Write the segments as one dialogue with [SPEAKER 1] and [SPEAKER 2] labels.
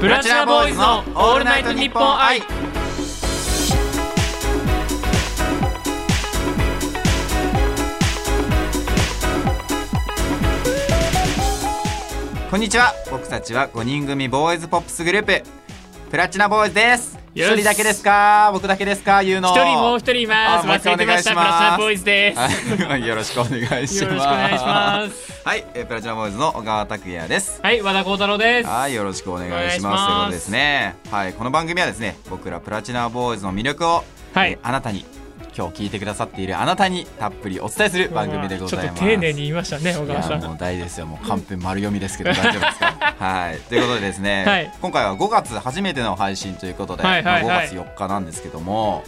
[SPEAKER 1] プラチナボーイズのオールナイトニッポン愛
[SPEAKER 2] こんにちは僕たちは5人組ボーイズポップスグループプラチナボーイズです
[SPEAKER 1] よ
[SPEAKER 2] 一
[SPEAKER 1] し
[SPEAKER 2] 人だけですか僕だけですか言うの
[SPEAKER 1] 一人もう一人います
[SPEAKER 2] あもう一回
[SPEAKER 1] 忘れてました
[SPEAKER 2] お
[SPEAKER 1] プラ
[SPEAKER 2] 願いします
[SPEAKER 1] チナボーイズです
[SPEAKER 2] はいよろしくお願いします
[SPEAKER 1] よろしくお願いします
[SPEAKER 2] はい、えープラチナボーイズの小川拓也です
[SPEAKER 1] はい和田光太郎です
[SPEAKER 2] はい、よろしくお願いします
[SPEAKER 1] お願いします
[SPEAKER 2] ということですねはい、この番組はですね僕らプラチナボーイズの魅力を、
[SPEAKER 1] はい
[SPEAKER 2] えーあなたに今日聞いてくださっているあなたにたっぷりお伝えする番組でござい
[SPEAKER 1] ちょ
[SPEAKER 2] ます
[SPEAKER 1] っと丁寧に言いましたね小
[SPEAKER 2] い
[SPEAKER 1] 川さ
[SPEAKER 2] や
[SPEAKER 1] ん
[SPEAKER 2] もう大ですよもうカンペ丸読みですけど 大丈夫ですかはいということでですね、
[SPEAKER 1] はい
[SPEAKER 2] 今回は5月初めての配信ということで、
[SPEAKER 1] はいはいはい
[SPEAKER 2] まあ5月4日なんですけども、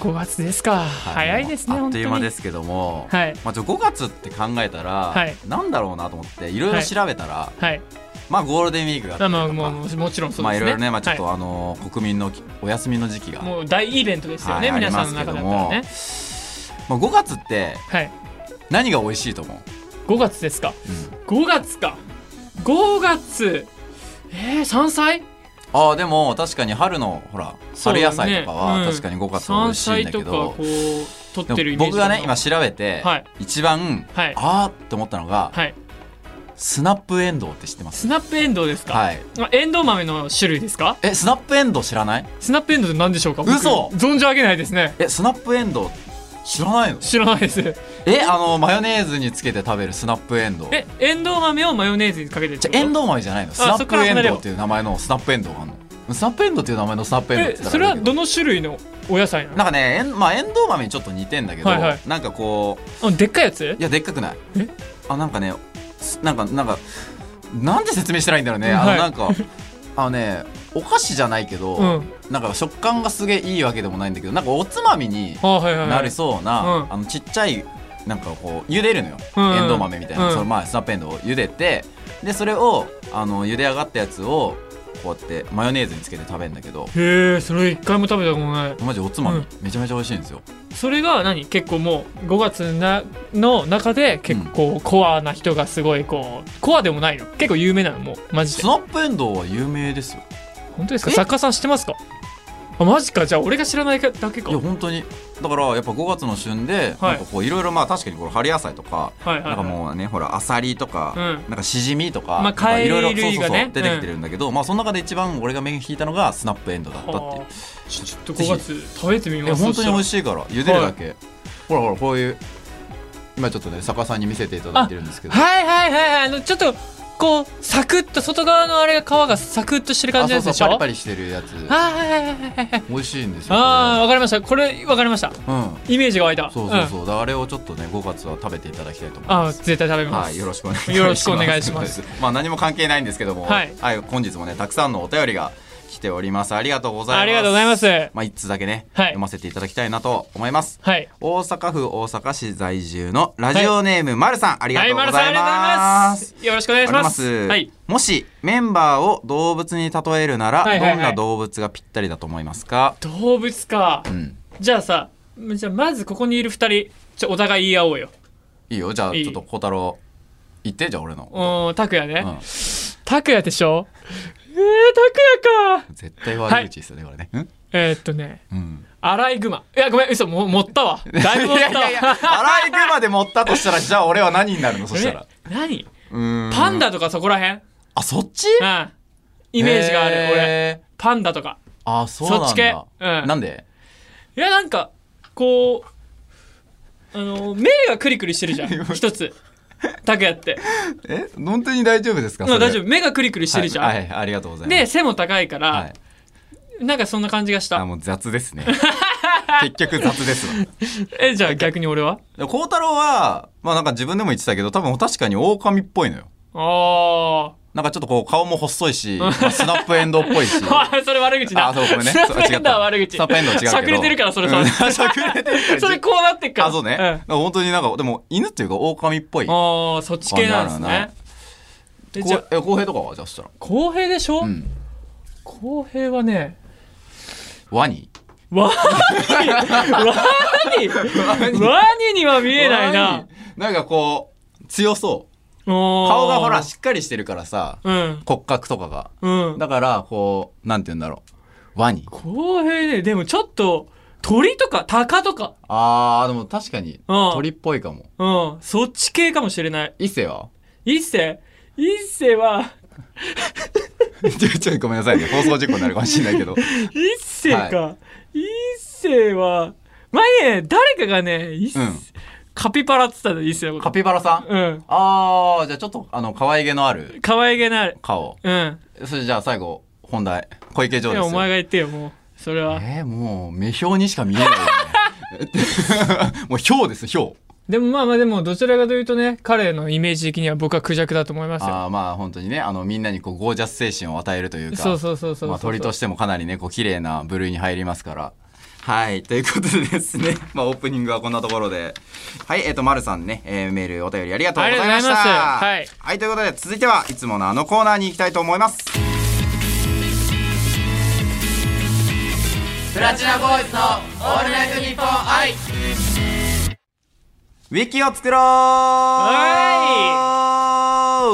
[SPEAKER 1] 5月ですか
[SPEAKER 2] はい
[SPEAKER 1] 早いですね
[SPEAKER 2] あっ
[SPEAKER 1] 本
[SPEAKER 2] と
[SPEAKER 1] 当
[SPEAKER 2] いう間
[SPEAKER 1] に
[SPEAKER 2] ですけども、
[SPEAKER 1] はい
[SPEAKER 2] まあ、ちょ5月って考えたら、
[SPEAKER 1] はい
[SPEAKER 2] なんだろうなと思っていろいろ調べたら、
[SPEAKER 1] はい
[SPEAKER 2] まあゴールデンウィークがあった
[SPEAKER 1] まあ
[SPEAKER 2] りと
[SPEAKER 1] まあ
[SPEAKER 2] か
[SPEAKER 1] もうもうもちろんそう
[SPEAKER 2] まあ
[SPEAKER 1] で
[SPEAKER 2] い
[SPEAKER 1] すね
[SPEAKER 2] ろいろね、まあ、ちょっと
[SPEAKER 1] は
[SPEAKER 2] あの国民のお休みの時期が、
[SPEAKER 1] いもう大イベントですよね
[SPEAKER 2] はい
[SPEAKER 1] 皆さんの中だったら
[SPEAKER 2] あり
[SPEAKER 1] ね
[SPEAKER 2] まあ、5月って
[SPEAKER 1] はい
[SPEAKER 2] 何が美味しいと思う、
[SPEAKER 1] 5月ですか
[SPEAKER 2] うん
[SPEAKER 1] 5月か5月えー、山菜
[SPEAKER 2] ああでも確かに春のほら
[SPEAKER 1] そう
[SPEAKER 2] 春
[SPEAKER 1] だね
[SPEAKER 2] 野菜とかは確かに5月は美味しいんだけ
[SPEAKER 1] 山
[SPEAKER 2] ど
[SPEAKER 1] 菜とかこ、う取ってる
[SPEAKER 2] で
[SPEAKER 1] イ
[SPEAKER 2] も
[SPEAKER 1] メージ
[SPEAKER 2] 僕
[SPEAKER 1] だ
[SPEAKER 2] が
[SPEAKER 1] な
[SPEAKER 2] ね今調べて、
[SPEAKER 1] はい
[SPEAKER 2] 一番、
[SPEAKER 1] はい
[SPEAKER 2] ああって思ったのが、
[SPEAKER 1] はい
[SPEAKER 2] スナップエンドウって知ってます
[SPEAKER 1] スナップエンドウですか、
[SPEAKER 2] はい
[SPEAKER 1] あエンドウ豆の種類ですか
[SPEAKER 2] えスナップエンドウ知らない
[SPEAKER 1] スナップエンドウって何でしょうか僕
[SPEAKER 2] 嘘
[SPEAKER 1] 存じ上げないですね
[SPEAKER 2] えスナップエンドウ知らないの
[SPEAKER 1] 知らないです
[SPEAKER 2] えあのマヨネーズにつけて食べるスナップエンドウ
[SPEAKER 1] えエンドウ豆をマヨネーズにかけてるって
[SPEAKER 2] じゃ
[SPEAKER 1] こと
[SPEAKER 2] あエンドウ豆じゃないのスナ
[SPEAKER 1] そ
[SPEAKER 2] ッ
[SPEAKER 1] っ
[SPEAKER 2] プ
[SPEAKER 1] から
[SPEAKER 2] エ
[SPEAKER 1] 離
[SPEAKER 2] ン
[SPEAKER 1] れよう
[SPEAKER 2] ドウっていう名前のスナップエンドウがあるのスナップエンドウっていう名前のスナップエンドウっ
[SPEAKER 1] え
[SPEAKER 2] て言った
[SPEAKER 1] それ
[SPEAKER 2] らあ
[SPEAKER 1] は
[SPEAKER 2] れだけ
[SPEAKER 1] どの種類のお野菜なの
[SPEAKER 2] なんかねえんまあエンドウ豆にちょっと似てんだけど、
[SPEAKER 1] はいはい
[SPEAKER 2] なんかこう
[SPEAKER 1] あでっかいやつ
[SPEAKER 2] いやでっかくない
[SPEAKER 1] え
[SPEAKER 2] あなんかねすなんかなんかなんで説明したらいいんだろうねあ
[SPEAKER 1] は
[SPEAKER 2] の
[SPEAKER 1] い
[SPEAKER 2] なんか、あのねお菓子じゃないけど、
[SPEAKER 1] うん
[SPEAKER 2] なんか食感がすげえいいわけでもないんだけどなんかおつまみに
[SPEAKER 1] あはいはいはい
[SPEAKER 2] なりそうな、
[SPEAKER 1] うん
[SPEAKER 2] あのちっちゃいなんかこう茹でるのよ、
[SPEAKER 1] うん
[SPEAKER 2] エンドウ豆みたいな、
[SPEAKER 1] うん
[SPEAKER 2] そのまあスナップエンドウを茹でてでそれをあの茹で上がったやつをこうやってマヨネーズにつけて食べるんだけど
[SPEAKER 1] へえそれ一回も食べたことない
[SPEAKER 2] マジおつまみ、
[SPEAKER 1] うん
[SPEAKER 2] めちゃめちゃ美味しいんですよ
[SPEAKER 1] それが何結構もう5月なの中で結構コアな人がすごいこうコアでもないの結構有名なのもうマジ
[SPEAKER 2] ス
[SPEAKER 1] で
[SPEAKER 2] ナップエンドウは有名ですよ
[SPEAKER 1] 本当ですか
[SPEAKER 2] え
[SPEAKER 1] 作家さん知ってますかあマジかじゃあ俺が知らないだけか
[SPEAKER 2] いや本当にだからやっぱ5月の旬で、
[SPEAKER 1] はい
[SPEAKER 2] なんかこういろいろまあ確かにこれ春野菜とか、
[SPEAKER 1] はいはいはい
[SPEAKER 2] なんかもうねほらアサリとか、
[SPEAKER 1] うん
[SPEAKER 2] なんかシジミとか,、
[SPEAKER 1] まあ
[SPEAKER 2] なんかいろいろ
[SPEAKER 1] 貝類が
[SPEAKER 2] そうそう
[SPEAKER 1] ね
[SPEAKER 2] そう出てきてるんだけど、まあその中で一番俺が目が引いたのがスナップエンドウだったっていう
[SPEAKER 1] はあちょちょっと5月食べてみ
[SPEAKER 2] いや
[SPEAKER 1] ます
[SPEAKER 2] 本当に美味
[SPEAKER 1] しい
[SPEAKER 2] しいから茹でるだけ、ほらほらこういう今ちょっとね坂さんに見せていただいてるんですけど
[SPEAKER 1] はいはいはいはいあのちょっとこうサクッと外側のあれが皮がサクッとしてる感じの
[SPEAKER 2] あ
[SPEAKER 1] やつ
[SPEAKER 2] そう
[SPEAKER 1] でし
[SPEAKER 2] そ
[SPEAKER 1] ょ
[SPEAKER 2] うパリパリしてるやつ
[SPEAKER 1] はいはいはいはいはいはい
[SPEAKER 2] 美味しいんですよ
[SPEAKER 1] ああ
[SPEAKER 2] こ
[SPEAKER 1] わかりましたこれわかりました
[SPEAKER 2] れうん
[SPEAKER 1] イメージが湧いた
[SPEAKER 2] そうそうそう、だからあれをちょっとね5月は食べていただきたいと思い
[SPEAKER 1] ん、あ
[SPEAKER 2] ま
[SPEAKER 1] ー
[SPEAKER 2] す
[SPEAKER 1] 絶対食べます、
[SPEAKER 2] はい、よろしくお願いします。
[SPEAKER 1] よろしくお願いします
[SPEAKER 2] そう で。まあ何も関係ないんですけども、
[SPEAKER 1] はい
[SPEAKER 2] 本日もねたくさんのお便りが来ております。ありがとうございます。
[SPEAKER 1] ありがとうございます
[SPEAKER 2] まあ一通だけね、
[SPEAKER 1] はい
[SPEAKER 2] 読ませていただきたいなと思います。
[SPEAKER 1] はい
[SPEAKER 2] 大阪府大阪市在住のラジオネームまるさん、ありが
[SPEAKER 1] は
[SPEAKER 2] と
[SPEAKER 1] いう
[SPEAKER 2] ござ
[SPEAKER 1] 丸さんあり
[SPEAKER 2] います。
[SPEAKER 1] がとうございます。よろしくお願いします。はい。
[SPEAKER 2] もしメンバーを動物に例えるなら、
[SPEAKER 1] はいはいはい
[SPEAKER 2] どんな動物がぴったりだと思いますか。
[SPEAKER 1] 動物か。
[SPEAKER 2] うん、
[SPEAKER 1] じゃあさ、じゃあまずここにいる二人、ちょお互い言い合おうよ。
[SPEAKER 2] いいよ、じゃあ
[SPEAKER 1] いい
[SPEAKER 2] ちょっと小太郎言ってじゃあ俺の。
[SPEAKER 1] うん、拓也
[SPEAKER 2] う
[SPEAKER 1] ね
[SPEAKER 2] ん。
[SPEAKER 1] 拓也でしょ。えー、拓也か。
[SPEAKER 2] 絶対悪口ですよね、これね。うん
[SPEAKER 1] えー、っとね、
[SPEAKER 2] うん。
[SPEAKER 1] アライグマ。いやごめん、嘘も持った わ。だいぶ持ったわ。
[SPEAKER 2] アライグマで持ったとしたら、じゃあ俺は何になるの そしたら。
[SPEAKER 1] え何？
[SPEAKER 2] うーん
[SPEAKER 1] パンダとかそこら辺？
[SPEAKER 2] あ、そっち
[SPEAKER 1] うん。イメージがある。俺。
[SPEAKER 2] へー
[SPEAKER 1] パンダとか。
[SPEAKER 2] あ、そうなんだ。
[SPEAKER 1] そっち系うん
[SPEAKER 2] なんで
[SPEAKER 1] いやなんかこうあの目がクリクリしてる じゃん。一つ。拓也って。
[SPEAKER 2] え本当に大丈夫ですか
[SPEAKER 1] うん、大丈夫。目がクリクリしてるじゃん。
[SPEAKER 2] はい、はいありがとうございます。
[SPEAKER 1] で、背も高いから、
[SPEAKER 2] はい、
[SPEAKER 1] なんかそんな感じがし
[SPEAKER 2] あ、
[SPEAKER 1] た。
[SPEAKER 2] もう雑で すね。結局雑ですわ。
[SPEAKER 1] え、じゃあ逆に俺は
[SPEAKER 2] で孝太郎は、まあなんか自分でも言ってたけど、多分確かに狼っぽいのよ。
[SPEAKER 1] あ
[SPEAKER 2] なんかちょっとこう顔も細 いし、まあスナップエンドウっぽいし。
[SPEAKER 1] あ。それ悪口だ。
[SPEAKER 2] あそうごめんね
[SPEAKER 1] スナップエンドは悪口。
[SPEAKER 2] そう違ったスナップエンドは違うけ ど
[SPEAKER 1] しゃくれてるから、それさ。
[SPEAKER 2] うん しゃくれてるか ら
[SPEAKER 1] それこうなってっから。
[SPEAKER 2] あ、そうね。
[SPEAKER 1] ん
[SPEAKER 2] なんか本当になんか、でも犬っていうか狼っぽい。
[SPEAKER 1] ああ、そっち系なんです
[SPEAKER 2] あなる
[SPEAKER 1] ね
[SPEAKER 2] ほ。
[SPEAKER 1] で
[SPEAKER 2] こ
[SPEAKER 1] じゃあ、
[SPEAKER 2] え公平とかはじゃあそしたら。
[SPEAKER 1] 公平でしょ、
[SPEAKER 2] うん。
[SPEAKER 1] 公平はね、
[SPEAKER 2] ワニ。
[SPEAKER 1] ワニワ ニワニには見えないな。
[SPEAKER 2] なんかこう強そ
[SPEAKER 1] うん。顔
[SPEAKER 2] 顔がほらしっかりしてるからさ
[SPEAKER 1] うん
[SPEAKER 2] 骨格とかが
[SPEAKER 1] うん
[SPEAKER 2] だからこうなんて言うんだろうワニ
[SPEAKER 1] 公平ねでもちょっと鳥とか鷹とか
[SPEAKER 2] あーでも確かに
[SPEAKER 1] うん
[SPEAKER 2] 鳥っぽいかも
[SPEAKER 1] うんそっち系かもしれない
[SPEAKER 2] 伊勢は
[SPEAKER 1] 一世一世は
[SPEAKER 2] ちょちょっとごめんなさいね放送事故になるかもしれない けど
[SPEAKER 1] 一世か、一世は前ね誰かがね一世、
[SPEAKER 2] うん
[SPEAKER 1] カピバラっつったの一世のこと
[SPEAKER 2] カピバラさん
[SPEAKER 1] うん
[SPEAKER 2] あーじゃあちょっとあの可愛げのある
[SPEAKER 1] 可愛げなる
[SPEAKER 2] 顔
[SPEAKER 1] うん
[SPEAKER 2] それじゃあ最後本題小池城
[SPEAKER 1] で
[SPEAKER 2] ですよ
[SPEAKER 1] もお前が言ってよもうそれは
[SPEAKER 2] えー、もう目標にしか見えないよね もうひょうですひょう
[SPEAKER 1] でもまあまあでもどちらかというとね彼のイメージ的には僕はクジャクだと思いますよ
[SPEAKER 2] あーまあ本当にねあのみんなにこうゴージャス精神を与えるというか
[SPEAKER 1] そうそうそうそうそう、
[SPEAKER 2] まあ、鳥としてもかなりねこう綺麗な部類に入りますから
[SPEAKER 3] はい。ということでですね。 まあ、オープニングはこんなところで。はい。えっ、と、まるさんね、えーメール、お便りありがとうございました。
[SPEAKER 1] ありがとうございますはい
[SPEAKER 3] はい。ということで、続いては、いつものあのコーナーに行きたいと思います。プラチナボーイズのオールナイトニッポン愛。ウィキを作ろう
[SPEAKER 1] は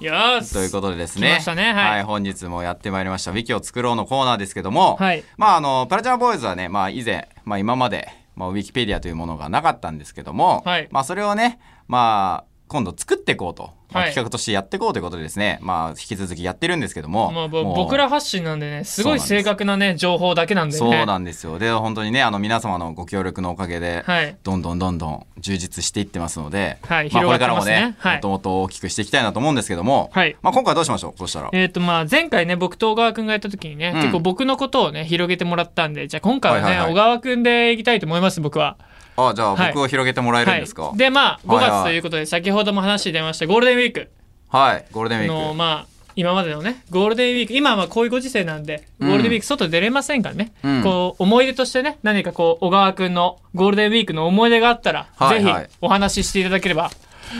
[SPEAKER 1] よーし
[SPEAKER 3] ということでです
[SPEAKER 1] 来
[SPEAKER 3] ね。
[SPEAKER 1] ましたねはい
[SPEAKER 3] 本日もやってまいりました。ウィキを作ろうのコーナーですけども、
[SPEAKER 1] はい
[SPEAKER 3] まああのプラチナボーイズはね、まあ以前、まあ今まで、まあウィキペディアというものがなかったんですけども、
[SPEAKER 1] はい
[SPEAKER 3] まあそれをね、まあ今度作っていこうと、まあ
[SPEAKER 1] はい
[SPEAKER 3] 企画としてやっていこうということでですね、まあ引き続きやってるんですけども、
[SPEAKER 1] まあ、ぼ
[SPEAKER 3] もう
[SPEAKER 1] 僕ら発信なんでねすごい
[SPEAKER 3] そうなんです
[SPEAKER 1] 正確なね情報だけなんでね
[SPEAKER 3] そうなんですよ。で本当にねあの皆様のご協力のおかげで、
[SPEAKER 1] はい
[SPEAKER 3] どんどんどんどん充実していってますので、
[SPEAKER 1] は
[SPEAKER 3] まあ、
[SPEAKER 1] い
[SPEAKER 3] こ
[SPEAKER 1] 広が
[SPEAKER 3] れ
[SPEAKER 1] って
[SPEAKER 3] から
[SPEAKER 1] ま
[SPEAKER 3] も
[SPEAKER 1] すね
[SPEAKER 3] ね、
[SPEAKER 1] はい
[SPEAKER 3] もっともっと大きくしていきたいなと思うんですけども、
[SPEAKER 1] はい
[SPEAKER 3] まあ今回どうしましょうそしたら。
[SPEAKER 1] えっ、とまあ前回ね僕と小川くんがやった時にね、
[SPEAKER 3] うん
[SPEAKER 1] 結構僕のことをね広げてもらったんでじゃあ今回はね、
[SPEAKER 3] はいはいはい
[SPEAKER 1] 小川くんでいきたいと思います僕は。
[SPEAKER 3] あじゃあ
[SPEAKER 1] はい
[SPEAKER 3] 僕を広げてもらえるんですか、
[SPEAKER 1] は、
[SPEAKER 3] はいい、
[SPEAKER 1] でまあ5
[SPEAKER 3] はいはい
[SPEAKER 1] 月ということで先ほども話して出ましたゴールデンウィーク
[SPEAKER 3] ゴールデンウィー
[SPEAKER 1] の
[SPEAKER 3] ク、
[SPEAKER 1] まあ今までのねゴールデンウィーク今はまあこういうご時世なんでゴールデンウィーク外出れませんからね、
[SPEAKER 3] うん
[SPEAKER 1] こう思い出としてね何かこう小川くんのゴールデンウィークの思い出があったら、
[SPEAKER 3] はいはい
[SPEAKER 1] ぜひお話ししていただければ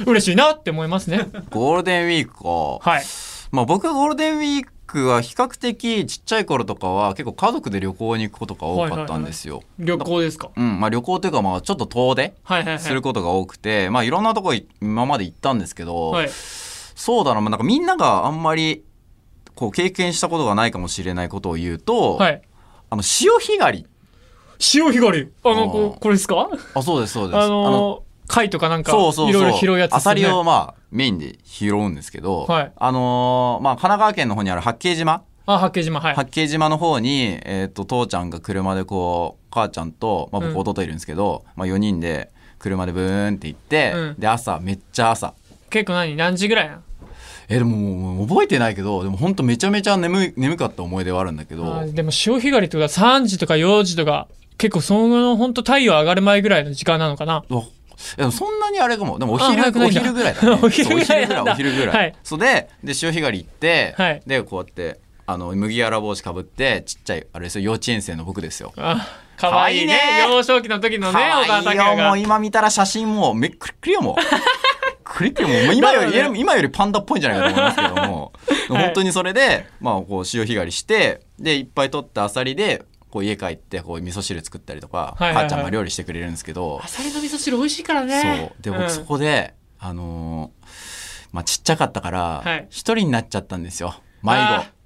[SPEAKER 1] 嬉しいなって思いますね。
[SPEAKER 3] ゴールデンウィークか、
[SPEAKER 1] はい
[SPEAKER 2] まあ僕はゴールデンウィークは比較的ちっちゃい頃とかは結構家族で旅行に行くことが多かったんですよ、
[SPEAKER 1] 旅行ですか。
[SPEAKER 2] うんまあ旅行というかまあちょっと遠出
[SPEAKER 1] はいはいはい。
[SPEAKER 2] することが多くて、まあいろんなとこい今まで行ったんですけど、
[SPEAKER 1] はい。
[SPEAKER 2] そうだな,、まあ、なんかみんながあんまりこう経験したことがないかもしれないことを言うと、
[SPEAKER 1] はい。
[SPEAKER 2] あの潮干狩り
[SPEAKER 1] 潮干狩り。あの、こ
[SPEAKER 2] あー
[SPEAKER 1] これですか
[SPEAKER 2] あそうですそうです
[SPEAKER 1] あのー、貝とかなんか、い
[SPEAKER 2] そ
[SPEAKER 1] ろ
[SPEAKER 2] うそうそう
[SPEAKER 1] いろ拾うやつ
[SPEAKER 2] ア
[SPEAKER 1] です
[SPEAKER 2] サ
[SPEAKER 1] よね。
[SPEAKER 2] リをまあメインで拾うんですけど、
[SPEAKER 1] はい
[SPEAKER 2] あのーまあ、神奈川県の方にある八景島
[SPEAKER 1] あ、八景島、はい。
[SPEAKER 2] 八景島の方に、えー、と父ちゃんが車でこう母ちゃんと、まあ、
[SPEAKER 1] うん
[SPEAKER 2] 僕弟いるんですけど、まあ、4人で車でブーンって行って、
[SPEAKER 1] うん
[SPEAKER 2] で朝めっちゃ朝
[SPEAKER 1] 結構何何時ぐらいなの
[SPEAKER 2] えでももう覚えてないけどでも本当めちゃめちゃ眠い眠かった思い出はあるんだけど、
[SPEAKER 1] あーでも潮干狩りとか3時とか4時とか、結構その、ほんと太陽上がる前ぐらいの時間なのかな。
[SPEAKER 2] うわいやでもそんなにあれかもでもお
[SPEAKER 1] あ
[SPEAKER 2] 昼
[SPEAKER 1] 早くな
[SPEAKER 2] お
[SPEAKER 1] いんだ
[SPEAKER 2] 昼ぐらいだ、ね、
[SPEAKER 1] お昼ぐらい
[SPEAKER 2] そう
[SPEAKER 1] なんだ
[SPEAKER 2] お昼ぐらいお昼ぐらい、
[SPEAKER 1] はい
[SPEAKER 2] そうでで潮干狩り行って、
[SPEAKER 1] はい
[SPEAKER 2] でこうやってあの麦わら帽子かぶってちっちゃいあれですよ幼稚園生の僕ですよ
[SPEAKER 1] あー、かわいいね
[SPEAKER 2] かわいいね
[SPEAKER 1] 幼少期の時のね、
[SPEAKER 2] 可愛
[SPEAKER 1] 小川拓也
[SPEAKER 2] いよもう
[SPEAKER 1] が。
[SPEAKER 2] 今見たら写真もうめっくりっくりよもうくりっくりもうもう今よ
[SPEAKER 1] だよ
[SPEAKER 2] り今よりパンダっぽいんじゃないかと思いますけども、
[SPEAKER 1] はい
[SPEAKER 2] 本当にそれでまあこう潮干狩りしてでいっぱい取ったアサリでこう家帰ってこう味噌汁作ったりとか、
[SPEAKER 1] はいはいはい
[SPEAKER 2] 母ちゃんが料理してくれるんですけど
[SPEAKER 1] アサリの味噌汁美味しいからね
[SPEAKER 2] そ。う
[SPEAKER 1] ん
[SPEAKER 2] で僕そこで、あのーまあちっちゃかったか
[SPEAKER 1] は
[SPEAKER 2] ら
[SPEAKER 1] い
[SPEAKER 2] 一人になっちゃったんですよ迷
[SPEAKER 1] あー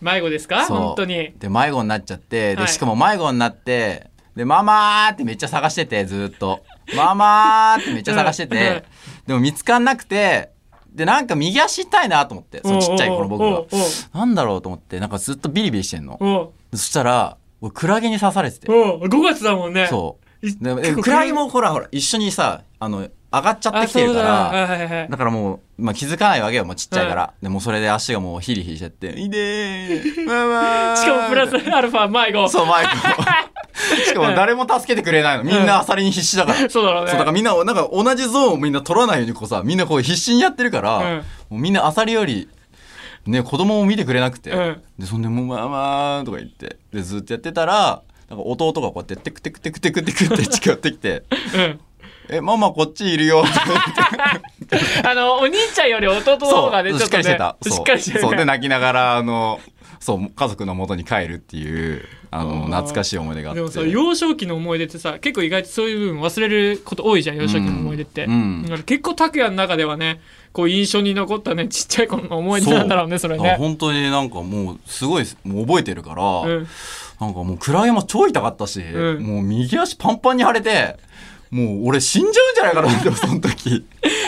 [SPEAKER 1] 迷子ですか
[SPEAKER 2] 子そう
[SPEAKER 1] 本当に。
[SPEAKER 2] で迷子になっちゃって
[SPEAKER 1] は
[SPEAKER 2] で
[SPEAKER 1] い
[SPEAKER 2] しかも迷子になってで「ママ!」ってめっちゃ探しててずーっと「ママ!」ってめっちゃ探して
[SPEAKER 1] うんうん
[SPEAKER 2] てでも見つかんなくてでなんか右足痛いなと思ってそのちっちゃい頃僕
[SPEAKER 1] おうお
[SPEAKER 2] が
[SPEAKER 1] うおう
[SPEAKER 2] なんだろうと思ってなんかずっとビリビリしてんの
[SPEAKER 1] おう
[SPEAKER 2] そしたら俺クラゲに刺されてて
[SPEAKER 1] おう5月だもんね。
[SPEAKER 2] そう
[SPEAKER 1] い
[SPEAKER 2] で
[SPEAKER 1] 結構
[SPEAKER 2] クラゲもほらほら一緒にさあの上がっちゃっ
[SPEAKER 1] あ、
[SPEAKER 2] てきて
[SPEAKER 1] そ
[SPEAKER 2] る
[SPEAKER 1] う
[SPEAKER 2] か
[SPEAKER 1] だ
[SPEAKER 2] ら
[SPEAKER 1] な。はいはいはい
[SPEAKER 2] だからもう、まあ、気づかないわけよ、もうちっちゃいから。でもうそれで足がもうヒリヒリしちゃって、い でー、ママー
[SPEAKER 1] しかもプラスアルファ迷子。
[SPEAKER 2] そう、マイク をしかも誰も助けてくれないの。みんなアサリに必死だから。
[SPEAKER 1] そうだろうね。
[SPEAKER 2] そうだからみんな、なんか同じゾーンをみんな取らないようにこうさ、みんなこう必死にやってるから、
[SPEAKER 1] うん
[SPEAKER 2] もうみんなアサリより、ね、子供を見てくれなくて。
[SPEAKER 1] うん
[SPEAKER 2] で、そんでもうママーとか言って、で、ずっとやってたら、なんか弟がこうやってテクテクテクテクテクって近寄って きて、
[SPEAKER 1] うん。
[SPEAKER 2] え、ママこっちいるよって言って
[SPEAKER 1] あの、お兄ちゃんより弟の
[SPEAKER 2] そ
[SPEAKER 1] 方
[SPEAKER 2] う
[SPEAKER 1] がね、ちょ
[SPEAKER 2] し
[SPEAKER 1] っ
[SPEAKER 2] っか
[SPEAKER 1] とね、
[SPEAKER 2] りしてた。
[SPEAKER 1] しっかりしてる
[SPEAKER 2] そう。で、
[SPEAKER 1] ね。
[SPEAKER 2] 泣きながら、あの、そう家族の元に帰るっていうあの
[SPEAKER 1] あー
[SPEAKER 2] 懐かしい思い出があって
[SPEAKER 1] でもさ幼少期の思い出ってさ結構意外とそういう部分忘れること多いじゃん幼少期の思い出って、
[SPEAKER 2] うん
[SPEAKER 1] だから結構拓哉の中ではねこう印象に残ったねちっちゃい子の思い出なんだろうねそれ
[SPEAKER 2] だから
[SPEAKER 1] ね
[SPEAKER 2] 本当になんかもうすごいもう覚えてるから、
[SPEAKER 1] うん
[SPEAKER 2] なんかもう暗山超痛かったし、
[SPEAKER 1] うん
[SPEAKER 2] もう右足パンパンに腫れてもう俺死んじゃうんじゃないかなって その時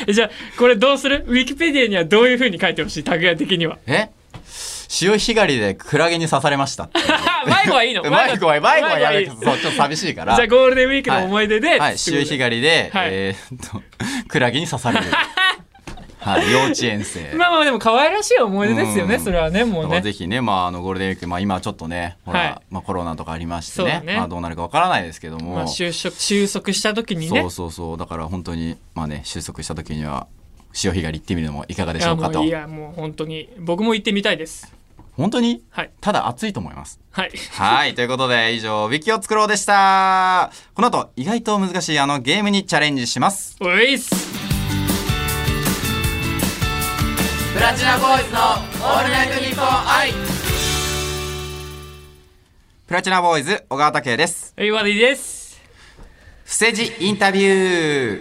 [SPEAKER 1] えじゃあこれどうするウィキペディアにはどういうふうに書いてほしい拓哉的に は
[SPEAKER 2] え潮干狩りでクラゲに刺されましたって
[SPEAKER 1] 迷子 はいいの
[SPEAKER 2] マイクはマイクはやめて
[SPEAKER 1] 迷
[SPEAKER 2] そう
[SPEAKER 1] 子
[SPEAKER 2] ちょっと寂しいか
[SPEAKER 1] じ
[SPEAKER 2] ら
[SPEAKER 1] ゃあゴールデンウィークの思い出で、
[SPEAKER 2] はい潮干狩りで、
[SPEAKER 1] はい
[SPEAKER 2] えーっと クラゲに刺 されるはい幼稚園生
[SPEAKER 1] まあまあでも可愛らしい思い出ですよね、
[SPEAKER 2] うん
[SPEAKER 1] それはねもう
[SPEAKER 2] まあ
[SPEAKER 1] ね
[SPEAKER 2] ぜひね、まあ、あのゴールデンウィーク、まあ、今ちょっとねほら、
[SPEAKER 1] はい
[SPEAKER 2] まあ、コロナとかありまして
[SPEAKER 1] そうだ
[SPEAKER 2] ね
[SPEAKER 1] ね
[SPEAKER 2] まあ、どうなるかわからないですけども、
[SPEAKER 1] まあ就職収束した時にね
[SPEAKER 2] そうそうそうだから本当にまあね収束した時には潮干狩り行ってみるのもいかがで
[SPEAKER 1] い
[SPEAKER 2] しょ
[SPEAKER 1] や
[SPEAKER 2] う
[SPEAKER 1] も
[SPEAKER 2] か
[SPEAKER 1] う
[SPEAKER 2] と
[SPEAKER 1] いやもう本当に僕も行ってみたいです
[SPEAKER 2] 本当に
[SPEAKER 1] はい
[SPEAKER 2] ただ暑いと思い ます
[SPEAKER 1] はい
[SPEAKER 3] はい。ということで、以上、ウィキを作ろうでした。この後、意外と難しいあのゲームにチャレンジします。
[SPEAKER 1] おいっす
[SPEAKER 3] プラチナボーイズのオールナイトニッポン愛プラチナボーイズ、小川拓也です。
[SPEAKER 1] エイワディです
[SPEAKER 3] 伏せ字インタビュー。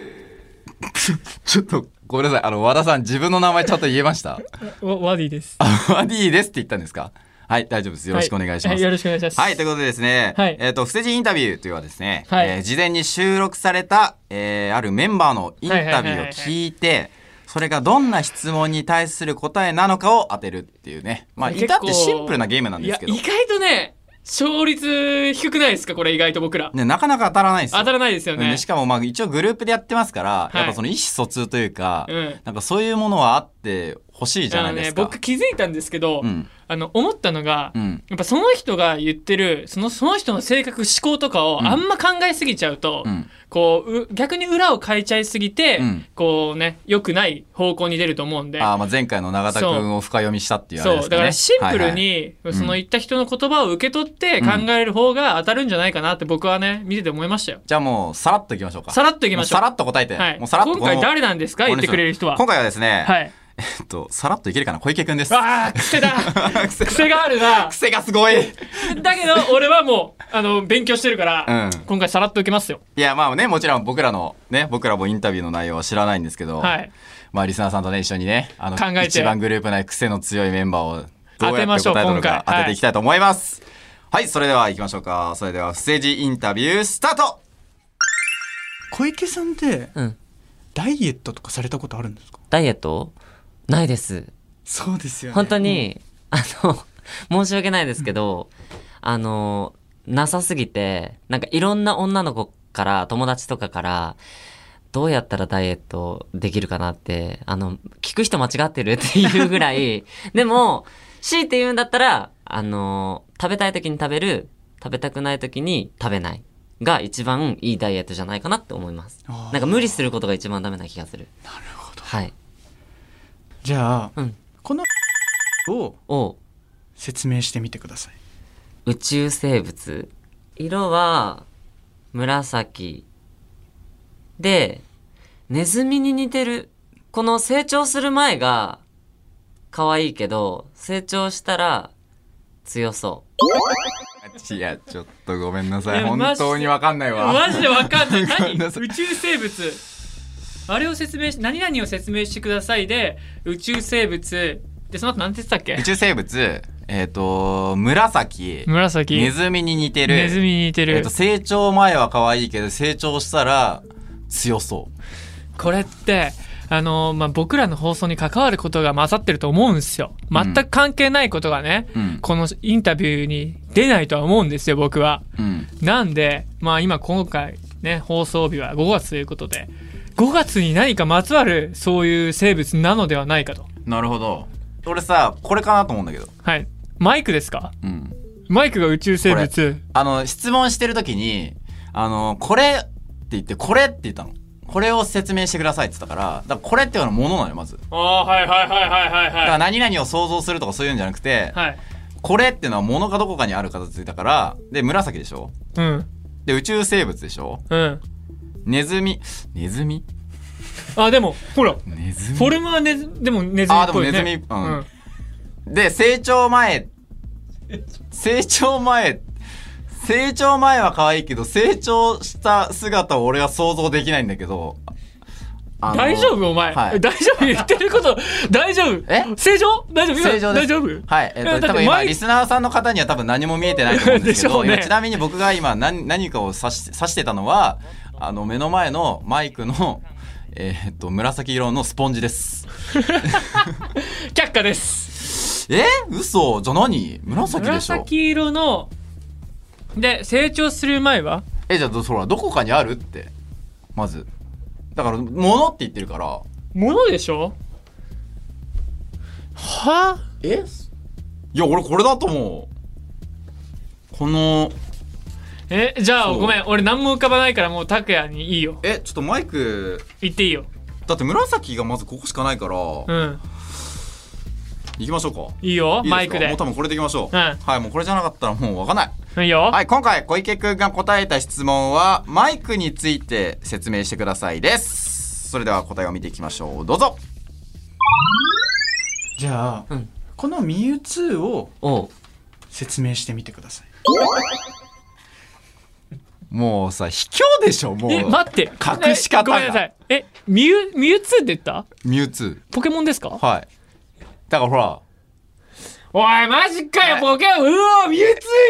[SPEAKER 2] ちょっとごめんなさいあの和田さん自分の名前ちゃんと言えました
[SPEAKER 1] ワワディです
[SPEAKER 2] あワディですって言ったんですかはい大丈夫ですよろしくお願いし
[SPEAKER 1] は
[SPEAKER 2] ま
[SPEAKER 1] は
[SPEAKER 2] す、
[SPEAKER 1] よろしくお願いします
[SPEAKER 3] はい、ということでですね、
[SPEAKER 1] はい
[SPEAKER 3] えっ、と、伏せ字インタビューというのはですね、
[SPEAKER 1] はい
[SPEAKER 3] えー事前に収録された、えーあるメンバーのインタビューを聞いて、それがどんな質問に対する答えなのかを当てるっていうね。まあ、
[SPEAKER 1] 結
[SPEAKER 3] 至
[SPEAKER 1] 構
[SPEAKER 3] ってシンプルなゲームなん
[SPEAKER 1] い
[SPEAKER 3] で
[SPEAKER 1] や
[SPEAKER 3] すけど
[SPEAKER 1] 意、外とね勝率低くないですかこれ意外と僕ら
[SPEAKER 3] ね、なかなか当たらないですよ
[SPEAKER 1] 当た。らないですよね
[SPEAKER 2] ねしかもまあ一応グループでやってますから、
[SPEAKER 1] い
[SPEAKER 2] やっぱその意思疎通というか、
[SPEAKER 1] うん
[SPEAKER 2] なんかそういうものはあってほしいじゃな
[SPEAKER 1] あ
[SPEAKER 2] い
[SPEAKER 1] の
[SPEAKER 2] で
[SPEAKER 1] ね
[SPEAKER 2] すか。
[SPEAKER 1] 僕気づいたんですけど、
[SPEAKER 2] うん
[SPEAKER 1] あの思ったのが、
[SPEAKER 2] うん
[SPEAKER 1] やっぱその人が言ってるそのその人の性格思考とかをあんま考えすぎちゃうと、
[SPEAKER 2] うん
[SPEAKER 1] こうう逆に裏を変えちゃいすぎて、
[SPEAKER 2] うん
[SPEAKER 1] こうね良くない方向に出ると思うんで
[SPEAKER 2] あーまあ前回の永田君を深読みしたっていうあれで
[SPEAKER 1] そう
[SPEAKER 2] す
[SPEAKER 1] だ
[SPEAKER 2] かね。
[SPEAKER 1] からシンプ
[SPEAKER 2] は
[SPEAKER 1] ル
[SPEAKER 2] いはい
[SPEAKER 1] にその言った人の言葉を受け取って考える方が当たるんじゃないかなって僕はね見てて思いましたよ
[SPEAKER 2] じゃあもうさらっといきましょうか。
[SPEAKER 1] さらっといきましょう
[SPEAKER 2] もさらっと答えて。
[SPEAKER 1] はい
[SPEAKER 2] もうさらっとこ
[SPEAKER 1] 今
[SPEAKER 2] の
[SPEAKER 1] 回誰なんですか
[SPEAKER 2] この
[SPEAKER 1] 言ってくれる人は
[SPEAKER 3] 今回はですね、
[SPEAKER 1] はい
[SPEAKER 2] えっとさらっといけるかな小池君です。
[SPEAKER 1] あー癖だ 癖があるな
[SPEAKER 2] 癖がすごい。い
[SPEAKER 1] だけど俺はもうあの勉強してるから、
[SPEAKER 2] うん
[SPEAKER 1] 今回さらっと受けますよ
[SPEAKER 2] やまあねもちろん僕らのね僕らもインタビューの内容は知らないんですけど、
[SPEAKER 1] はい
[SPEAKER 2] まあリスナーさんとね一緒にねあの
[SPEAKER 1] 考えて
[SPEAKER 2] 一番グループ内癖の強いメンバーをど
[SPEAKER 1] 当
[SPEAKER 2] うや
[SPEAKER 1] てま
[SPEAKER 2] って
[SPEAKER 1] しょう
[SPEAKER 2] 答えたの
[SPEAKER 1] 今
[SPEAKER 2] か
[SPEAKER 1] 回
[SPEAKER 2] 当
[SPEAKER 1] はい
[SPEAKER 2] てていきたいと思います。
[SPEAKER 3] はい、それでは行きましょうか。それでは、伏せ字インタビュースタート
[SPEAKER 4] 小池さんって、
[SPEAKER 5] うん
[SPEAKER 4] ダイエットとかされたことあるんですか
[SPEAKER 5] ダイエットないです。
[SPEAKER 4] そうですよ
[SPEAKER 5] 本当に、あの、申 し訳ないですけど、あの、なさすぎて、なんかいろんな女の子から、友達とかから、どうやったらダイエットできるかなって、あの、聞く人間違ってるっていうぐら い、でも、強いて言うんだったら、あの、食べたい時に食べる、食べたくない時に食べないが一番いいダイエットじゃないかなって思います。
[SPEAKER 4] あー
[SPEAKER 5] なんか無理することが一番ダメな気がする。なるほど。はい。
[SPEAKER 4] じゃあ、
[SPEAKER 5] うん
[SPEAKER 4] このを
[SPEAKER 5] を
[SPEAKER 4] 説明してみてください
[SPEAKER 5] 宇宙生物色は紫でネズミに似てるこの成長する前が可愛いけど成長したら強そう
[SPEAKER 2] いやちょっとごめんなさ
[SPEAKER 1] い
[SPEAKER 2] い
[SPEAKER 1] や
[SPEAKER 2] 本
[SPEAKER 1] マジで
[SPEAKER 2] 当にわかんないわ。
[SPEAKER 1] マジでわかんない
[SPEAKER 2] ごめ
[SPEAKER 1] 何
[SPEAKER 2] んなさい
[SPEAKER 1] 宇宙生物あれを説明し何々を説明してくださいで宇宙生物でその後何て言ってたっけ
[SPEAKER 2] 宇宙生物、えっ、と、紫、
[SPEAKER 1] 紫
[SPEAKER 2] ネズミに似てる。
[SPEAKER 1] ネズミに似てる、
[SPEAKER 2] えっ、と、成長前は可愛いけど、成長したら強そう。
[SPEAKER 1] これってあのまあ、僕らの放送に関わることが勝ってると思うんですよ全く関係ないことがね、
[SPEAKER 2] うん
[SPEAKER 1] このインタビューに出ないとは思うんですよ僕は
[SPEAKER 2] うん。
[SPEAKER 1] なんでまあ今今回ね放送日は5月ということで5月に何かまつわるそういう生物なのではないかと
[SPEAKER 2] なるほど。
[SPEAKER 3] 俺さ、これかなと思うんだけど。
[SPEAKER 1] はいマイクですか
[SPEAKER 2] うん。
[SPEAKER 1] マイクが宇宙生物
[SPEAKER 2] あの、質問してるときに、あの、これって言って、これって言ったの。これを説明してくださいって言ったから、だからこれっていうのはものなのよ、まず。だ
[SPEAKER 1] ああはいはいはいはいはい
[SPEAKER 2] か
[SPEAKER 1] は
[SPEAKER 2] ら何々を想像するとかそういうんじゃなくて、
[SPEAKER 1] はい
[SPEAKER 2] これっていうのは物がどこかにある形だから、で、紫でしょ
[SPEAKER 1] うん
[SPEAKER 2] で、宇宙生物でしょ
[SPEAKER 1] うん
[SPEAKER 2] ネズミ、ネズミ
[SPEAKER 1] あでもほら
[SPEAKER 2] ネズミ
[SPEAKER 1] フォルムはネズでもネズミっぽいね
[SPEAKER 2] あでもネズミうん
[SPEAKER 1] うん
[SPEAKER 2] で成長前成長前、成長前は可愛いけど、成長した姿を俺は想像できないんだけど。あの
[SPEAKER 1] 大丈夫お前、
[SPEAKER 2] はい
[SPEAKER 1] 大丈夫言ってること 大丈夫
[SPEAKER 2] え
[SPEAKER 1] 正常大丈夫今
[SPEAKER 2] 正常で
[SPEAKER 1] 大
[SPEAKER 2] す
[SPEAKER 1] 丈夫
[SPEAKER 2] はい。えっ、
[SPEAKER 1] いやだっ
[SPEAKER 2] と、多
[SPEAKER 1] て
[SPEAKER 2] 分今、
[SPEAKER 1] 毎
[SPEAKER 2] リスナーさんの方には多分何も見えてないと思うんですけ
[SPEAKER 1] でしょ
[SPEAKER 2] ど、
[SPEAKER 1] うね
[SPEAKER 2] 今ちなみに僕が今何何かを指し指してたのは、あの、目の前のマイクの、えーっと、紫色のスポンジです。
[SPEAKER 1] 却下です
[SPEAKER 2] え嘘じゃあ何紫でしょ
[SPEAKER 1] 紫色ので成長する前は
[SPEAKER 2] え、じゃあ、どそら、どこかにあるって。まず。だから、物って言ってるから。
[SPEAKER 1] ものでしょはあ
[SPEAKER 2] えいや、俺これだと思う。この、
[SPEAKER 1] えじゃあ
[SPEAKER 2] そう
[SPEAKER 1] ごめん俺何も浮かばないからもう拓也にいいよ
[SPEAKER 2] え、ちょっとマイク、
[SPEAKER 1] 言っていいよ
[SPEAKER 2] だって紫がまずここしかないから、
[SPEAKER 1] うん
[SPEAKER 2] 行きましょうか。
[SPEAKER 1] いいよ
[SPEAKER 2] いいすか
[SPEAKER 1] マイク
[SPEAKER 2] も
[SPEAKER 1] で
[SPEAKER 2] う多分これでいきましょう、
[SPEAKER 1] うん
[SPEAKER 2] はいもうこれじゃなかったらもうわかんない
[SPEAKER 1] いいよ、
[SPEAKER 2] はい今回小池くんが答えた質問はマイクについて説明してくださいですそれでは答えを見ていきましょうどうぞ
[SPEAKER 4] じゃあ、
[SPEAKER 5] うん
[SPEAKER 4] このミュウツーを
[SPEAKER 5] おう
[SPEAKER 4] 説明してみてください
[SPEAKER 2] もうさ卑怯でしょも
[SPEAKER 1] え待って
[SPEAKER 2] 隠し方が
[SPEAKER 1] えごめんなさいえミュウミュウツーって言った
[SPEAKER 2] ミュウツ
[SPEAKER 1] ポケモンですか
[SPEAKER 2] ーはいだからほら
[SPEAKER 1] おいマジかよポケモンうわミュウツ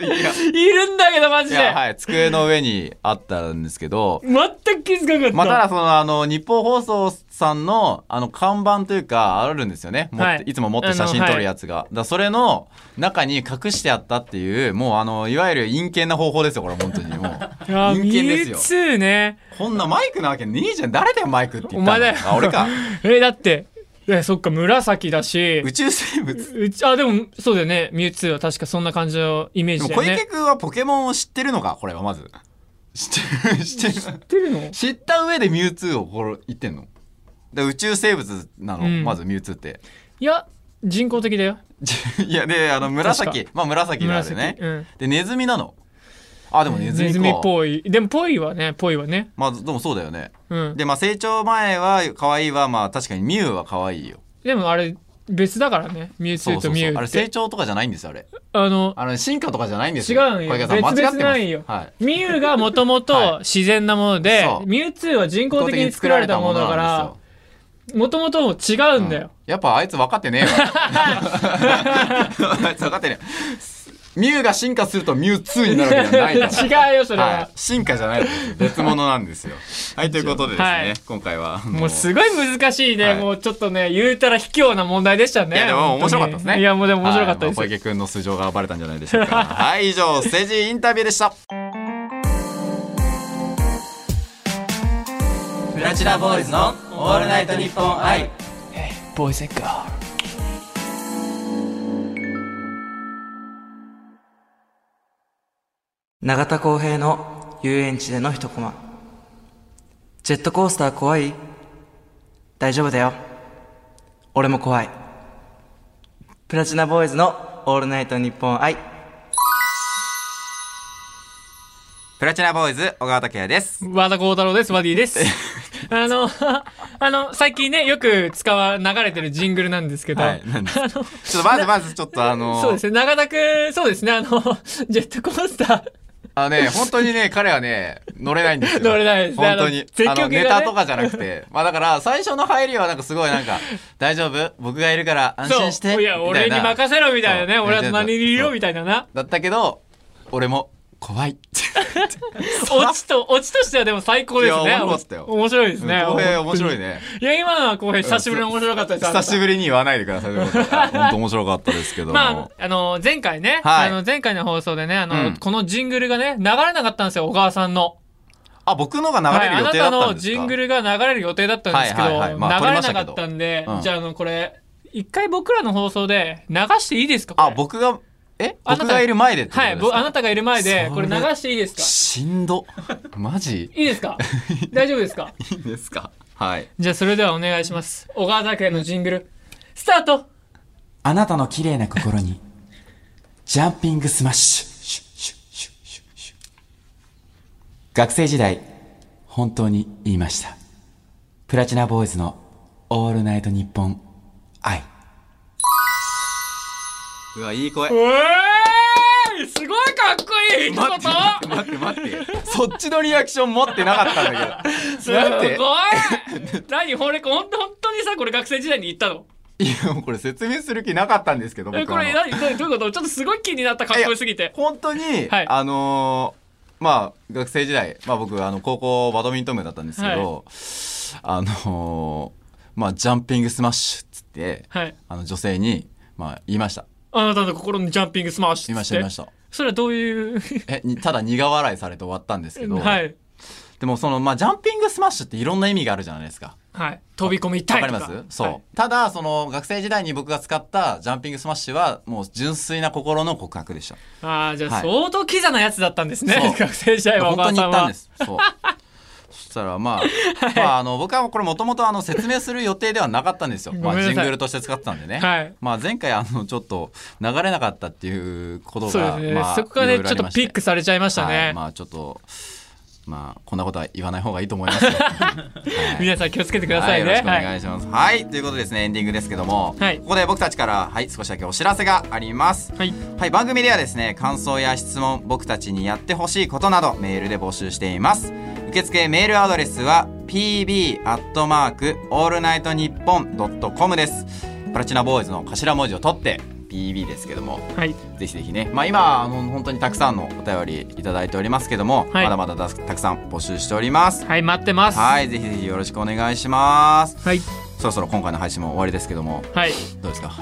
[SPEAKER 1] ーやいるんだけどマジ
[SPEAKER 2] い
[SPEAKER 1] で、
[SPEAKER 2] やはい机の上にあったんですけど
[SPEAKER 1] 全く気づかなかった、
[SPEAKER 2] まあ、ただその、あの、日本放送さんの、あの、看板というか、あるんですよね。持って
[SPEAKER 1] はい
[SPEAKER 2] い、つも持って写真撮るやつが。だからそれの中に隠してあったっていう、もう、あの、いわゆる陰険な方法ですよ、これ、本当に。も う。
[SPEAKER 1] いや
[SPEAKER 2] 人
[SPEAKER 1] ミ
[SPEAKER 2] 間
[SPEAKER 1] ュ
[SPEAKER 2] で
[SPEAKER 1] ウ
[SPEAKER 2] すよ
[SPEAKER 1] ツーね
[SPEAKER 2] こんなマイクなわけねえじゃん。誰だよ、マイクって言ったの
[SPEAKER 1] お前だよ
[SPEAKER 2] あ、俺 か。
[SPEAKER 1] えだってえそっか紫だし
[SPEAKER 2] 宇宙生物。
[SPEAKER 1] うちあでもそうだよねミュウツーは確かそんな感じのイメー
[SPEAKER 2] で
[SPEAKER 1] ジ
[SPEAKER 2] も、
[SPEAKER 1] だよ
[SPEAKER 2] 小
[SPEAKER 1] ね
[SPEAKER 2] 池くんはポケモンを知ってるのか、これは、まず。知ってる、知ってる。
[SPEAKER 1] 知ってるの
[SPEAKER 2] 知った上でミュウツーをこれ言ってんので宇宙生物なの、
[SPEAKER 1] うん
[SPEAKER 2] まずミュウツーって。
[SPEAKER 1] いや人工的だよ
[SPEAKER 2] いや、で、あの、
[SPEAKER 1] 確
[SPEAKER 2] 紫。まあ、紫なんで
[SPEAKER 1] 紫、
[SPEAKER 2] ね。
[SPEAKER 1] うん、
[SPEAKER 2] でネズミなのあでもネズミ
[SPEAKER 1] ネズ
[SPEAKER 2] か
[SPEAKER 1] ミっぽいでもぽいはねぽいはね
[SPEAKER 2] まあでもそうだよね
[SPEAKER 1] うん
[SPEAKER 2] でまあ成長前は可愛いはまあ確かにミュウは可愛いよ
[SPEAKER 1] でもあれ別だからねミュウツ
[SPEAKER 2] そ
[SPEAKER 1] ー
[SPEAKER 2] うそ
[SPEAKER 1] と
[SPEAKER 2] う
[SPEAKER 1] ミ
[SPEAKER 2] そう
[SPEAKER 1] ュ
[SPEAKER 2] あ
[SPEAKER 1] ウ
[SPEAKER 2] れ
[SPEAKER 1] って
[SPEAKER 2] 成長とかじゃないんですよあれ
[SPEAKER 1] あの
[SPEAKER 2] あの進化とかじゃないんです
[SPEAKER 1] 違う
[SPEAKER 2] よ
[SPEAKER 1] のよ
[SPEAKER 2] 小池
[SPEAKER 1] 別
[SPEAKER 2] さん間違ってま
[SPEAKER 1] 々
[SPEAKER 2] す
[SPEAKER 1] ないよ、
[SPEAKER 2] はい
[SPEAKER 1] ミュウがもともと
[SPEAKER 2] は
[SPEAKER 1] 自然なもので、
[SPEAKER 2] そう
[SPEAKER 1] ミュウツーは人工的に作られたものだからもともとも違うんだよ、
[SPEAKER 2] やっぱあいつ分かってねえ わあいつ分かってねえミュウが進化するとミュウ2になるわけじゃないか ら
[SPEAKER 1] 違うよそれは、
[SPEAKER 2] はい、進化じゃないですよ別物なんで すよはいということでですね、
[SPEAKER 1] はい
[SPEAKER 2] 今回はあの
[SPEAKER 1] もうすごい難しいね、
[SPEAKER 2] はい
[SPEAKER 1] もうちょっとね言うたら卑怯な問題でしたね
[SPEAKER 2] いやでも面白かったですね
[SPEAKER 1] いやもうでも面白かったです、
[SPEAKER 2] はいまあ小池くんの素性がバレたんじゃないでしょう かはい以上政治インタビューでしたプラチナボーイズのオールナイトニッポン愛
[SPEAKER 1] ボーイズガー
[SPEAKER 6] 永田浩平の遊園地での一コマジェットコースター怖い大丈夫だよ俺も怖いプラチナボーイズの「オールナイトニッポン愛」
[SPEAKER 3] プラチナボーイズ小川拓也です。
[SPEAKER 1] 和田幸太郎です。ワディ です。あの、 あの、最近ね、よく使わ、流れてるジングルなんですけど、
[SPEAKER 2] はいなんですちょっとまずまずちょっとあの
[SPEAKER 1] そうですね、長田くん、そうですね、あの、 ジェットコースタ
[SPEAKER 2] あのね本当 にね彼はね乗れないんですよ
[SPEAKER 1] 乗れないですね
[SPEAKER 2] 本当に
[SPEAKER 1] あの
[SPEAKER 2] あの
[SPEAKER 1] 絶叫系がね
[SPEAKER 2] ネタとかじゃなくてまあだから最初の入りはなんかすごいなんか 大丈夫僕がいるから
[SPEAKER 1] ー。
[SPEAKER 2] 安
[SPEAKER 1] そう
[SPEAKER 2] 心して
[SPEAKER 1] いや、
[SPEAKER 2] みた
[SPEAKER 1] 俺
[SPEAKER 2] い
[SPEAKER 1] に
[SPEAKER 2] な
[SPEAKER 1] 任せろみたいなね、
[SPEAKER 2] そう
[SPEAKER 1] 俺は隣にいるよみたいなな。
[SPEAKER 2] だったけど俺も怖 いって
[SPEAKER 1] オチと、オチとしてはでも最高ですね。
[SPEAKER 2] いや面白かったよ
[SPEAKER 1] 面白いですね。
[SPEAKER 2] 公平面白いね
[SPEAKER 1] いや、今のは公平、久しぶりに面白かったです。
[SPEAKER 2] 久しぶりに言わないでくださ い。本当面白かったですけども。
[SPEAKER 1] まあ、あの、前回ね、
[SPEAKER 2] はい
[SPEAKER 1] あの、前回の放送でね、あの、
[SPEAKER 2] うん
[SPEAKER 1] このジングルがね、流れなかったんですよ、小川さんの。
[SPEAKER 2] あ、僕のが流れる予定だ
[SPEAKER 1] はい、あなた
[SPEAKER 2] ったん
[SPEAKER 1] の
[SPEAKER 2] です
[SPEAKER 1] ジ
[SPEAKER 2] か、
[SPEAKER 1] ングルが流れる予定だったんですけど、
[SPEAKER 2] はいはいはいまあ撮りま
[SPEAKER 1] 流
[SPEAKER 2] し
[SPEAKER 1] れ
[SPEAKER 2] た
[SPEAKER 1] なか
[SPEAKER 2] けど
[SPEAKER 1] ったんで、
[SPEAKER 2] うん
[SPEAKER 1] じゃああのこれ一回僕らの放送で流していいですかこれ
[SPEAKER 2] あ、僕が、え
[SPEAKER 1] あなた
[SPEAKER 2] 僕がいる前でってこと
[SPEAKER 1] はい
[SPEAKER 2] です
[SPEAKER 1] ぼ
[SPEAKER 2] か
[SPEAKER 1] あなたがいる前で
[SPEAKER 2] そ
[SPEAKER 1] これ
[SPEAKER 2] れ
[SPEAKER 1] 流していいですか
[SPEAKER 2] しんど。マジ
[SPEAKER 1] いいです か大丈夫ですか
[SPEAKER 2] いいですかはい。
[SPEAKER 1] じゃあそれではお願いします小川拓也のジングルスタート
[SPEAKER 3] あなたの綺麗な心に、ジャンピングスマッシュシュッシュッシュッシュッシュッ。学生時代、本当に言いました。プラチナボーイズのオールナイトニッポン愛。
[SPEAKER 2] うわ、いい声。
[SPEAKER 1] えー、すごいかっこいい一言
[SPEAKER 2] 待って待って待って待って。そっちのリアクション持ってなかったんだけ
[SPEAKER 1] す
[SPEAKER 2] ど。待って。
[SPEAKER 1] ごい何俺ほんと本当にさこれ学生時代に言ったの
[SPEAKER 2] いや、もうこれ説明する気なかったんですけど、
[SPEAKER 1] え
[SPEAKER 2] 僕
[SPEAKER 1] こ
[SPEAKER 2] は。
[SPEAKER 1] れ何どういうことちょっとすごい気になったかっこよすぎて
[SPEAKER 2] 本当に、
[SPEAKER 1] はい
[SPEAKER 2] あのーまあ、学生時代、まあ僕、あの、高校バドミントン部だったんですけど、あのーまあ、ジャンピングスマッシュっつって、
[SPEAKER 1] はい
[SPEAKER 2] あの、女性に、まあ、言いました。
[SPEAKER 1] あなたの心にジャンピングスマッシ
[SPEAKER 2] 言
[SPEAKER 1] ュ
[SPEAKER 2] いま
[SPEAKER 1] っつっ
[SPEAKER 2] し、
[SPEAKER 1] たて
[SPEAKER 2] 言いました。
[SPEAKER 1] それはどういう
[SPEAKER 2] え、にただ苦笑いされて終わったんですけど、
[SPEAKER 1] はい
[SPEAKER 2] でもその、まあ、ジャンピングスマッシュっていろんな意味があるじゃないですか。
[SPEAKER 1] はい飛び込みた
[SPEAKER 2] わ
[SPEAKER 1] い
[SPEAKER 2] か
[SPEAKER 1] と
[SPEAKER 2] り
[SPEAKER 1] か
[SPEAKER 2] ますそう、
[SPEAKER 1] はい
[SPEAKER 2] ただ、その、学生時代に僕が使ったジャンピングスマッシュは、もう純粋な心の告白でした。
[SPEAKER 1] ああじゃ
[SPEAKER 2] は
[SPEAKER 1] あ
[SPEAKER 2] い
[SPEAKER 1] 相当キザなやつだったんですね、
[SPEAKER 2] そう
[SPEAKER 1] 学生時代はお
[SPEAKER 2] 本当
[SPEAKER 1] ば
[SPEAKER 2] に
[SPEAKER 1] さ
[SPEAKER 2] 言
[SPEAKER 1] ん
[SPEAKER 2] ったん
[SPEAKER 1] は
[SPEAKER 2] です。そう。そしたらまあ、まあ、あの僕はこれもともとあの説明する予定ではなかったんですよ。ま
[SPEAKER 1] ご
[SPEAKER 2] あ
[SPEAKER 1] めんなさ
[SPEAKER 2] ジ
[SPEAKER 1] い
[SPEAKER 2] ングルとして使ってたんでね。
[SPEAKER 1] はい
[SPEAKER 2] まあ前回あのちょっと流れなかったっていうこと
[SPEAKER 1] そうで
[SPEAKER 2] が、
[SPEAKER 1] すね、
[SPEAKER 2] まあ
[SPEAKER 1] そこがね
[SPEAKER 2] いろいろ
[SPEAKER 1] ち
[SPEAKER 2] あ
[SPEAKER 1] ょっ
[SPEAKER 2] り
[SPEAKER 1] と
[SPEAKER 2] まして
[SPEAKER 1] ピックされちゃいましたね、
[SPEAKER 2] はいまあちょっとまあこんなことは言わない方がいいと思い ますよ。
[SPEAKER 1] 皆さん気をつけてくださいね、
[SPEAKER 2] はい、よろしくお願いします。はい、ということでですねエンディングですけども、
[SPEAKER 1] はい
[SPEAKER 2] ここで僕たちからはい少しだけお知らせがあります。
[SPEAKER 1] はい
[SPEAKER 2] はい、番組ではですね、感想や質問、僕たちにやってほしいことなどメールで募集しています。受付メールアドレスは pb.allnightnippon.com です。プラチナボーイズの頭文字を取って pb ですけども、
[SPEAKER 1] はい
[SPEAKER 2] ぜひぜひね、まあ今、あの、本当にたくさんのお便りいただいておりますけども、
[SPEAKER 1] はい
[SPEAKER 2] まだまだたたくさん募集しております。
[SPEAKER 1] はい待ってます
[SPEAKER 2] はい、ぜひぜひよろしくお願いします。
[SPEAKER 1] はい、
[SPEAKER 2] そろそろ今回の配信も終わりですけども、
[SPEAKER 1] はい
[SPEAKER 2] どうですか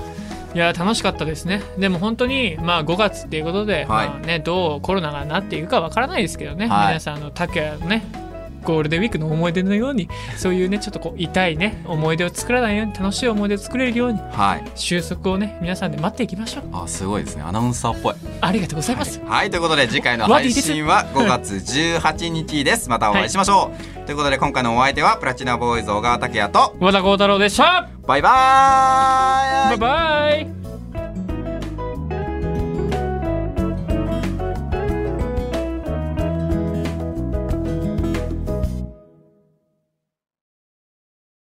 [SPEAKER 1] いや楽しかったですねでも本当にまあ5月っていうことで、
[SPEAKER 2] はい
[SPEAKER 1] まあね、どうコロナがなっていくかわからないですけどね、
[SPEAKER 2] はい
[SPEAKER 1] 皆さんあの拓也のねゴールデンウィークの思い出のようにそういうねちょっとこう痛いね思い出を作らないように楽しい思い出を作れるように
[SPEAKER 2] はい。
[SPEAKER 1] 収束をね皆さんで待っていきましょう
[SPEAKER 2] あ、すごいですね。アナウンサーっぽい。
[SPEAKER 1] ありがとうございます、
[SPEAKER 2] はい、ということで次回の配信は5月18日です。またお会いしましょう。ということで今回のお相手はプラチナボーイズ小川拓也と
[SPEAKER 1] 和田幸太郎でした
[SPEAKER 2] バイバーイ
[SPEAKER 1] バイバイ